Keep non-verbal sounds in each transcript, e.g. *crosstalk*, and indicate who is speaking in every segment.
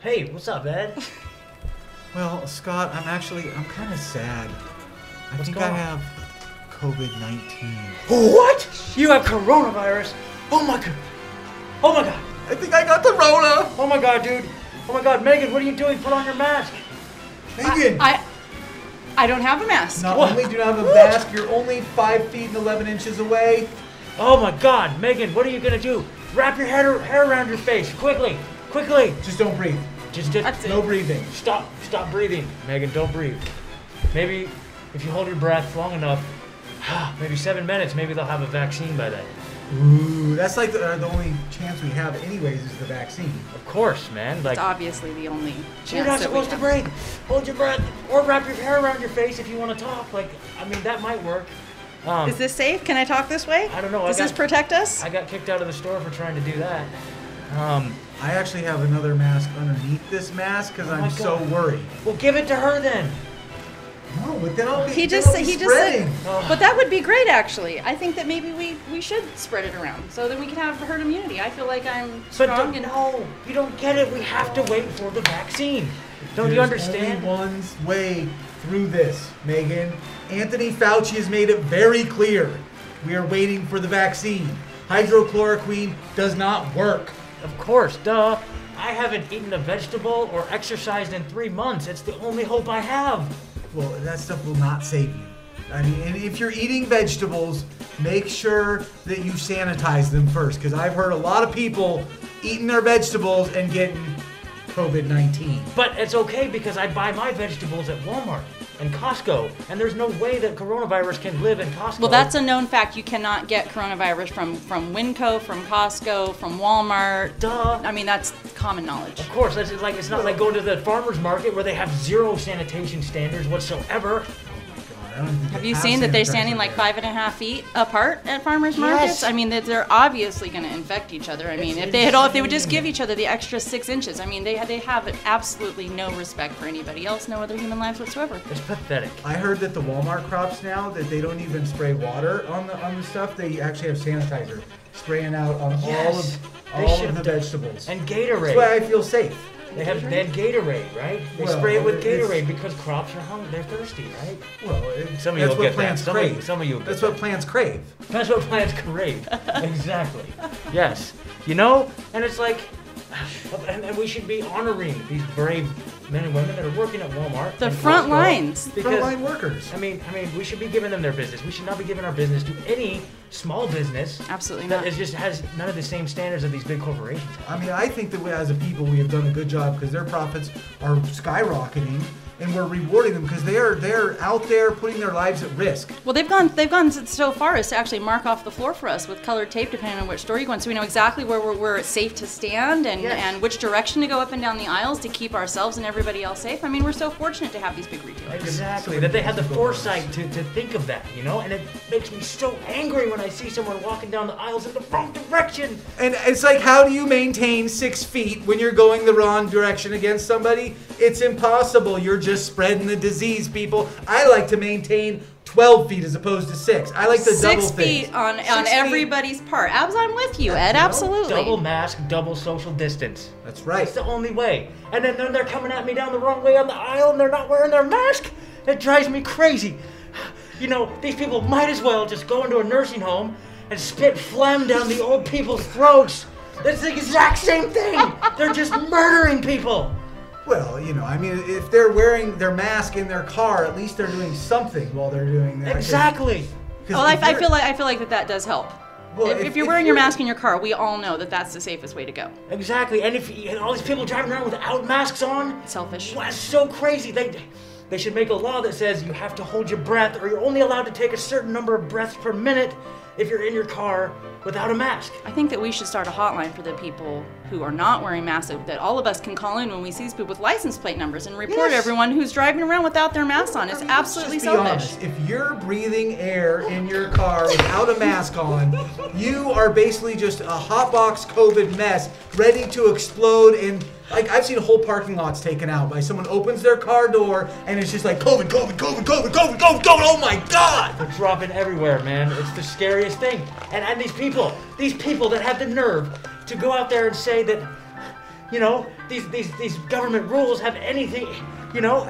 Speaker 1: Hey, what's up, Ed?
Speaker 2: Well, Scott, I'm actually I'm kind of sad. I
Speaker 1: What's
Speaker 2: think
Speaker 1: going
Speaker 2: I
Speaker 1: on?
Speaker 2: have COVID nineteen.
Speaker 1: *laughs* what? You have coronavirus? Oh my god! Oh my god!
Speaker 2: I think I got the Rona.
Speaker 1: Oh my god, dude! Oh my god, Megan, what are you doing? Put on your mask!
Speaker 2: Megan,
Speaker 3: I, I don't have a mask.
Speaker 2: not
Speaker 1: What?
Speaker 2: only do you have a
Speaker 1: What?
Speaker 2: mask, you're only five feet and eleven inches away.
Speaker 1: Oh my god, Megan, what are you gonna do? Wrap your head or hair around your face, quickly! Quickly!
Speaker 2: Just don't breathe.
Speaker 1: Just did,
Speaker 3: That's it.
Speaker 2: No breathing.
Speaker 1: stop, stop breathing. Megan, don't breathe. Maybe if you hold your breath long enough, *sighs* maybe seven minutes, maybe they'll have a vaccine by then.
Speaker 2: Ooh, that's like the, uh, the only chance we have, anyways, is the vaccine.
Speaker 1: Of course, man. Like
Speaker 3: It's obviously the only.
Speaker 1: You're
Speaker 3: chance
Speaker 1: not
Speaker 3: that we
Speaker 1: supposed to
Speaker 3: have.
Speaker 1: breathe. Hold your breath, or wrap your hair around your face if you want to talk. Like, I mean, that might work. Um,
Speaker 3: Is this safe? Can I talk this way?
Speaker 1: I don't know, I
Speaker 3: Does this
Speaker 1: got-
Speaker 3: protect us?
Speaker 1: I got kicked out of the store for trying to do that. Um,
Speaker 2: I actually have another mask underneath this mask
Speaker 3: Oh
Speaker 2: because
Speaker 1: my
Speaker 2: I'm so
Speaker 1: God.
Speaker 2: worried.
Speaker 1: well, give it to her then.
Speaker 2: No, but then I'll be.
Speaker 3: he
Speaker 2: then
Speaker 3: just
Speaker 2: I'll be
Speaker 3: he just
Speaker 2: spreading.
Speaker 3: said, but that would be great actually. I think that maybe we we should spread it around so that we can have herd immunity. I feel like I'm
Speaker 1: But
Speaker 3: strong
Speaker 1: don't,
Speaker 3: and
Speaker 1: no, you don't get it. We have to wait for the vaccine. Don't you
Speaker 2: There's
Speaker 1: understand?
Speaker 2: Only one's way through this, Megan. Anthony Fauci has made it very clear. We are waiting for the vaccine. Hydrochloroquine does not work.
Speaker 1: Of course, duh. I haven't eaten a vegetable or exercised in three months. It's the only hope I have.
Speaker 2: Well, that stuff will not save you. I mean, and if you're eating vegetables, make sure that you sanitize them first, because I've heard a lot of people eating their vegetables and getting COVID 19.
Speaker 1: But it's okay because I buy my vegetables at Walmart and Costco, and there's no way that coronavirus can live in Costco.
Speaker 3: Well, that's a known fact. You cannot get coronavirus from from Winco, from Costco, from Walmart.
Speaker 1: Duh.
Speaker 3: I mean, that's common knowledge.
Speaker 1: Of course, that's like it's not like going to the farmers market where they have zero sanitation standards whatsoever.
Speaker 3: Have you seen that they're standing like five and a half feet apart at farmers markets? I mean, that they're obviously going to infect each other. I mean,
Speaker 1: It's
Speaker 3: if they had all, if they would just
Speaker 1: insane.
Speaker 3: give each other the extra six inches, I mean, they they have absolutely no respect for anybody else, no other human lives whatsoever.
Speaker 1: It's pathetic.
Speaker 2: I heard that the Walmart crops now that they don't even spray water on the on the stuff. They actually have sanitizer spraying out on all
Speaker 1: Yes.
Speaker 2: of
Speaker 1: They
Speaker 2: all
Speaker 1: should
Speaker 2: of the
Speaker 1: have done-
Speaker 2: vegetables.
Speaker 1: And
Speaker 2: That's why
Speaker 1: Gatorade.
Speaker 2: I feel safe.
Speaker 1: They have they had Gatorade, right? They
Speaker 2: Well,
Speaker 1: spray it with
Speaker 2: it's-
Speaker 1: Gatorade because crops are hungry. They're thirsty, right?
Speaker 2: Well, it,
Speaker 1: Some of
Speaker 2: that's
Speaker 1: you'll
Speaker 2: what
Speaker 1: get that.
Speaker 2: plants
Speaker 1: Some of you-
Speaker 2: crave.
Speaker 1: some of you will get
Speaker 2: That's
Speaker 1: that.
Speaker 2: what plants crave.
Speaker 1: That's what plants crave. exactly. Yes. You know, and it's like, and, and we should be honoring these brave men and women that are working at Walmart.
Speaker 3: The
Speaker 1: and
Speaker 3: front
Speaker 1: Costco
Speaker 3: lines.
Speaker 1: Because
Speaker 2: Frontline workers.
Speaker 1: I mean, I mean, we should be giving them their business. We should not be giving our business to any small business.
Speaker 3: Absolutely
Speaker 1: that
Speaker 3: not.
Speaker 1: is just has none of the same standards that these big corporations. have.
Speaker 2: I mean, I think that we, as a people, we have done a good job because their profits are skyrocketing, and we're rewarding them because they are they're out there putting their lives at risk.
Speaker 3: Well, they've gone they've gone so far as to actually mark off the floor for us with colored tape, depending on which store you go in, so we know exactly where we're, where it's safe to stand and
Speaker 1: Yes.
Speaker 3: and which direction to go up and down the aisles to keep ourselves and everybody else safe. I mean, we're so fortunate to have these big retailers.
Speaker 1: Exactly. That they had the foresight to, to think of that, you know? And it makes me so angry when I see someone walking down the aisles in the wrong direction.
Speaker 2: And it's like, how do you maintain six feet when you're going the wrong direction against somebody? It's impossible. You're just spreading the disease, people. I like to maintain 12 feet as opposed to six. I like to double
Speaker 3: Six
Speaker 2: things.
Speaker 3: feet on
Speaker 2: Six
Speaker 3: on
Speaker 2: feet.
Speaker 3: everybody's part. Abs, I'm with you, Ed. Absolutely.
Speaker 1: Double mask, double social distance.
Speaker 2: That's
Speaker 1: That's
Speaker 2: right.
Speaker 1: the only way. And then, then they're coming at me down the wrong way on the aisle and they're not wearing their mask. It drives me crazy. You know, these people might as well just go into a nursing home and spit phlegm down the old people's throats. That's the exact same thing. They're just murdering people.
Speaker 2: Well, you know, I mean, if they're wearing their mask in their car, at least they're doing something while they're doing that.
Speaker 1: Exactly.
Speaker 3: Well, Oh, I, I feel like I feel like that that does help.
Speaker 2: Well,
Speaker 3: if,
Speaker 2: if-
Speaker 3: if you're
Speaker 2: if
Speaker 3: wearing your
Speaker 2: you're-
Speaker 3: mask in your car, we all know that that's the safest way to go.
Speaker 1: Exactly. And if and all these people driving around without masks on,
Speaker 3: Selfish.
Speaker 1: Well, That's so crazy. They they should make a law that says you have to hold your breath or you're only allowed to take a certain number of breaths per minute if you're in your car without a mask.
Speaker 3: I think that we should start a hotline for the people who are not wearing masks so that all of us can call in when we see these people with license plate numbers and report
Speaker 1: Yes.
Speaker 3: everyone who's driving around without their mask on. It's absolutely
Speaker 2: Just be
Speaker 3: selfish.
Speaker 2: honest. If you're breathing air in your car without a mask on, you are basically just a hotbox COVID mess, ready to explode. And like I've seen whole parking lots taken out by someone opens their car door and it's just like COVID, COVID, COVID, COVID, COVID, COVID, COVID. Oh my God!
Speaker 1: They're dropping everywhere, man. It's the scariest thing. And and these people, these people that have the nerve to go out there and say that You know, these these these government rules have anything. You know,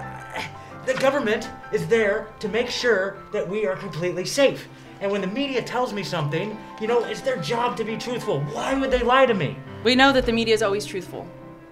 Speaker 1: the government is there to make sure that we are completely safe. And when the media tells me something, you know, it's their job to be truthful. Why would they lie to me?
Speaker 3: We know that the media is always truthful.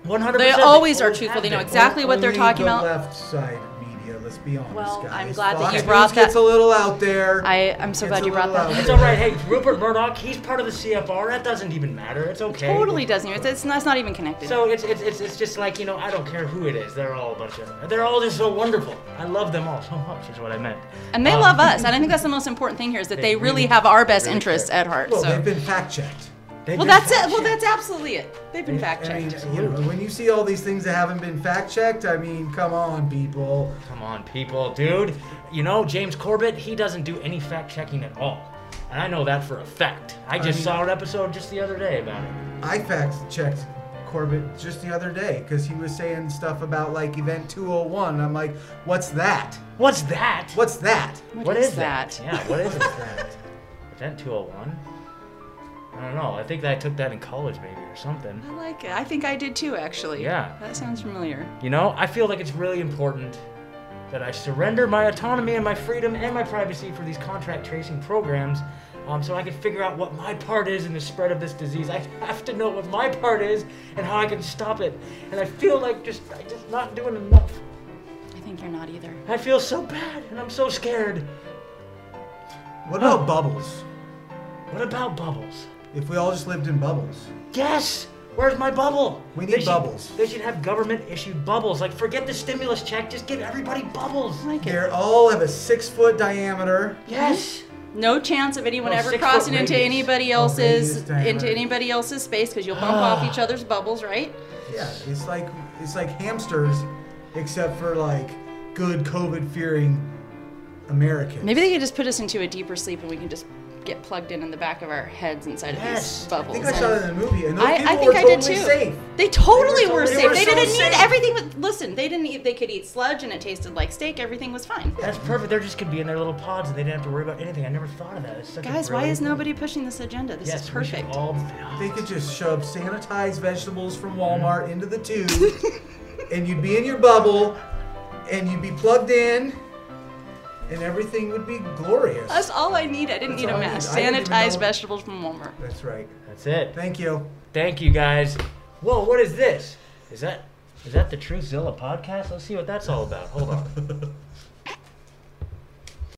Speaker 1: 100%.
Speaker 3: They always are truthful. They know
Speaker 1: exactly.
Speaker 3: exactly what they're
Speaker 2: Only
Speaker 3: talking
Speaker 2: the
Speaker 3: about.
Speaker 2: Left side media. Let's be honest,
Speaker 3: Well,
Speaker 2: guys.
Speaker 3: I'm glad that
Speaker 2: Fox
Speaker 3: you brought
Speaker 2: News gets
Speaker 3: that-
Speaker 2: a little out there.
Speaker 3: I, I'm so
Speaker 2: It's
Speaker 3: glad
Speaker 2: a
Speaker 3: you brought
Speaker 2: little
Speaker 3: that
Speaker 2: out
Speaker 3: up.
Speaker 1: It's all right. Hey, Rupert Murdoch, he's part of the CFR. That doesn't even matter. It's okay.
Speaker 3: Totally doesn't even. It's, it's, not, it's not even connected.
Speaker 1: So it's, it's it's it's just like you know I don't care who it is. They're all a bunch of they're all just so wonderful. I love them all so much. Is what I meant.
Speaker 3: and they
Speaker 1: um,
Speaker 3: love us. And I think that's the most important thing here is that
Speaker 1: They
Speaker 3: they really
Speaker 1: really-
Speaker 3: have our best
Speaker 1: really
Speaker 3: interests
Speaker 1: care.
Speaker 3: at heart.
Speaker 2: Well,
Speaker 3: so.
Speaker 2: they've been fact checked.
Speaker 1: They
Speaker 3: Well,
Speaker 1: just
Speaker 3: that's it. Well,
Speaker 1: shit.
Speaker 3: that's absolutely it. They've been fact
Speaker 2: I mean,
Speaker 3: checked.
Speaker 2: you know, when you see all these things that haven't been fact checked, I mean, come on, people.
Speaker 1: Come on, people, dude. You know James Corbett, he doesn't do any fact checking at all, and I know that for a fact. I just
Speaker 2: mean-
Speaker 1: saw an episode just the other day about it.
Speaker 2: I fact checked Corbett just the other day because he was saying stuff about like Event 201. and I'm like, what's that?
Speaker 1: What's that?
Speaker 2: What's that?
Speaker 1: what is, that? Yeah, what is
Speaker 3: *laughs*
Speaker 1: it? Event 201. I don't know. I think I took that in college maybe or something.
Speaker 3: I like it. I think I did too, actually.
Speaker 1: Yeah.
Speaker 3: That sounds familiar.
Speaker 1: You know, I feel like it's really important that I surrender my autonomy and my freedom and my privacy for these contract tracing programs um, so I can figure out what my part is in the spread of this disease. I have to know what my part is and how I can stop it. And I feel like just I just not doing enough.
Speaker 3: I think you're not either.
Speaker 1: I feel so bad and I'm so scared.
Speaker 2: What about bubbles?
Speaker 1: What about bubbles?
Speaker 2: If we all just lived in bubbles,
Speaker 1: Yes! Where's my bubble?
Speaker 2: We need
Speaker 1: They should-
Speaker 2: bubbles.
Speaker 1: They should have government issued bubbles. Like forget the stimulus check, just give everybody bubbles.
Speaker 3: I like it.
Speaker 2: they all have a six foot diameter.
Speaker 1: Yes.
Speaker 3: No chance of anyone
Speaker 1: Oh,
Speaker 3: ever
Speaker 1: six-foot
Speaker 3: crossing into
Speaker 1: radius.
Speaker 3: anybody
Speaker 2: Oh,
Speaker 3: else's
Speaker 2: radius diameter.
Speaker 3: into anybody else's space because you'll bump off each other's bubbles, right?
Speaker 2: Yeah, it's like it's like hamsters, except for like good COVID fearing Americans.
Speaker 3: Maybe they could just put us into a deeper sleep and we can just get plugged in in the back of our heads
Speaker 1: Yes.
Speaker 3: inside of
Speaker 1: I
Speaker 3: these
Speaker 2: I
Speaker 3: bubbles.
Speaker 2: think I saw that in a movie, and those
Speaker 3: I,
Speaker 2: people
Speaker 3: I think
Speaker 2: were
Speaker 3: I
Speaker 2: totally
Speaker 3: did too.
Speaker 2: safe.
Speaker 3: They totally
Speaker 2: They were
Speaker 3: were,
Speaker 2: so- they
Speaker 3: safe.
Speaker 2: were
Speaker 3: they
Speaker 2: so
Speaker 3: didn't
Speaker 2: safe.
Speaker 3: need everything. With, listen, they didn't eat. They could eat sludge and it tasted like steak. Everything was fine.
Speaker 1: That's perfect. They're just gonna be in their little pods and they didn't have to worry about anything. I never thought of that. It's such a
Speaker 3: Guys, why
Speaker 1: brilliant
Speaker 3: is
Speaker 1: thing.
Speaker 3: nobody pushing this agenda? This
Speaker 1: Yes,
Speaker 3: is
Speaker 1: we should
Speaker 3: perfect.
Speaker 1: all-
Speaker 2: They could just shove sanitized vegetables from Walmart into the tube, and you'd be in your bubble, and you'd be plugged in, and everything would be glorious.
Speaker 3: That's all I need. I didn't
Speaker 2: That's
Speaker 3: need a
Speaker 2: all I
Speaker 3: mask.
Speaker 2: need. I didn't even know-
Speaker 3: Sanitized vegetables from Walmart.
Speaker 2: That's right.
Speaker 1: That's it.
Speaker 2: Thank you.
Speaker 1: Thank you guys. Whoa, what is this? Is that is that the Truthzilla podcast? Let's see what that's all about. Hold on.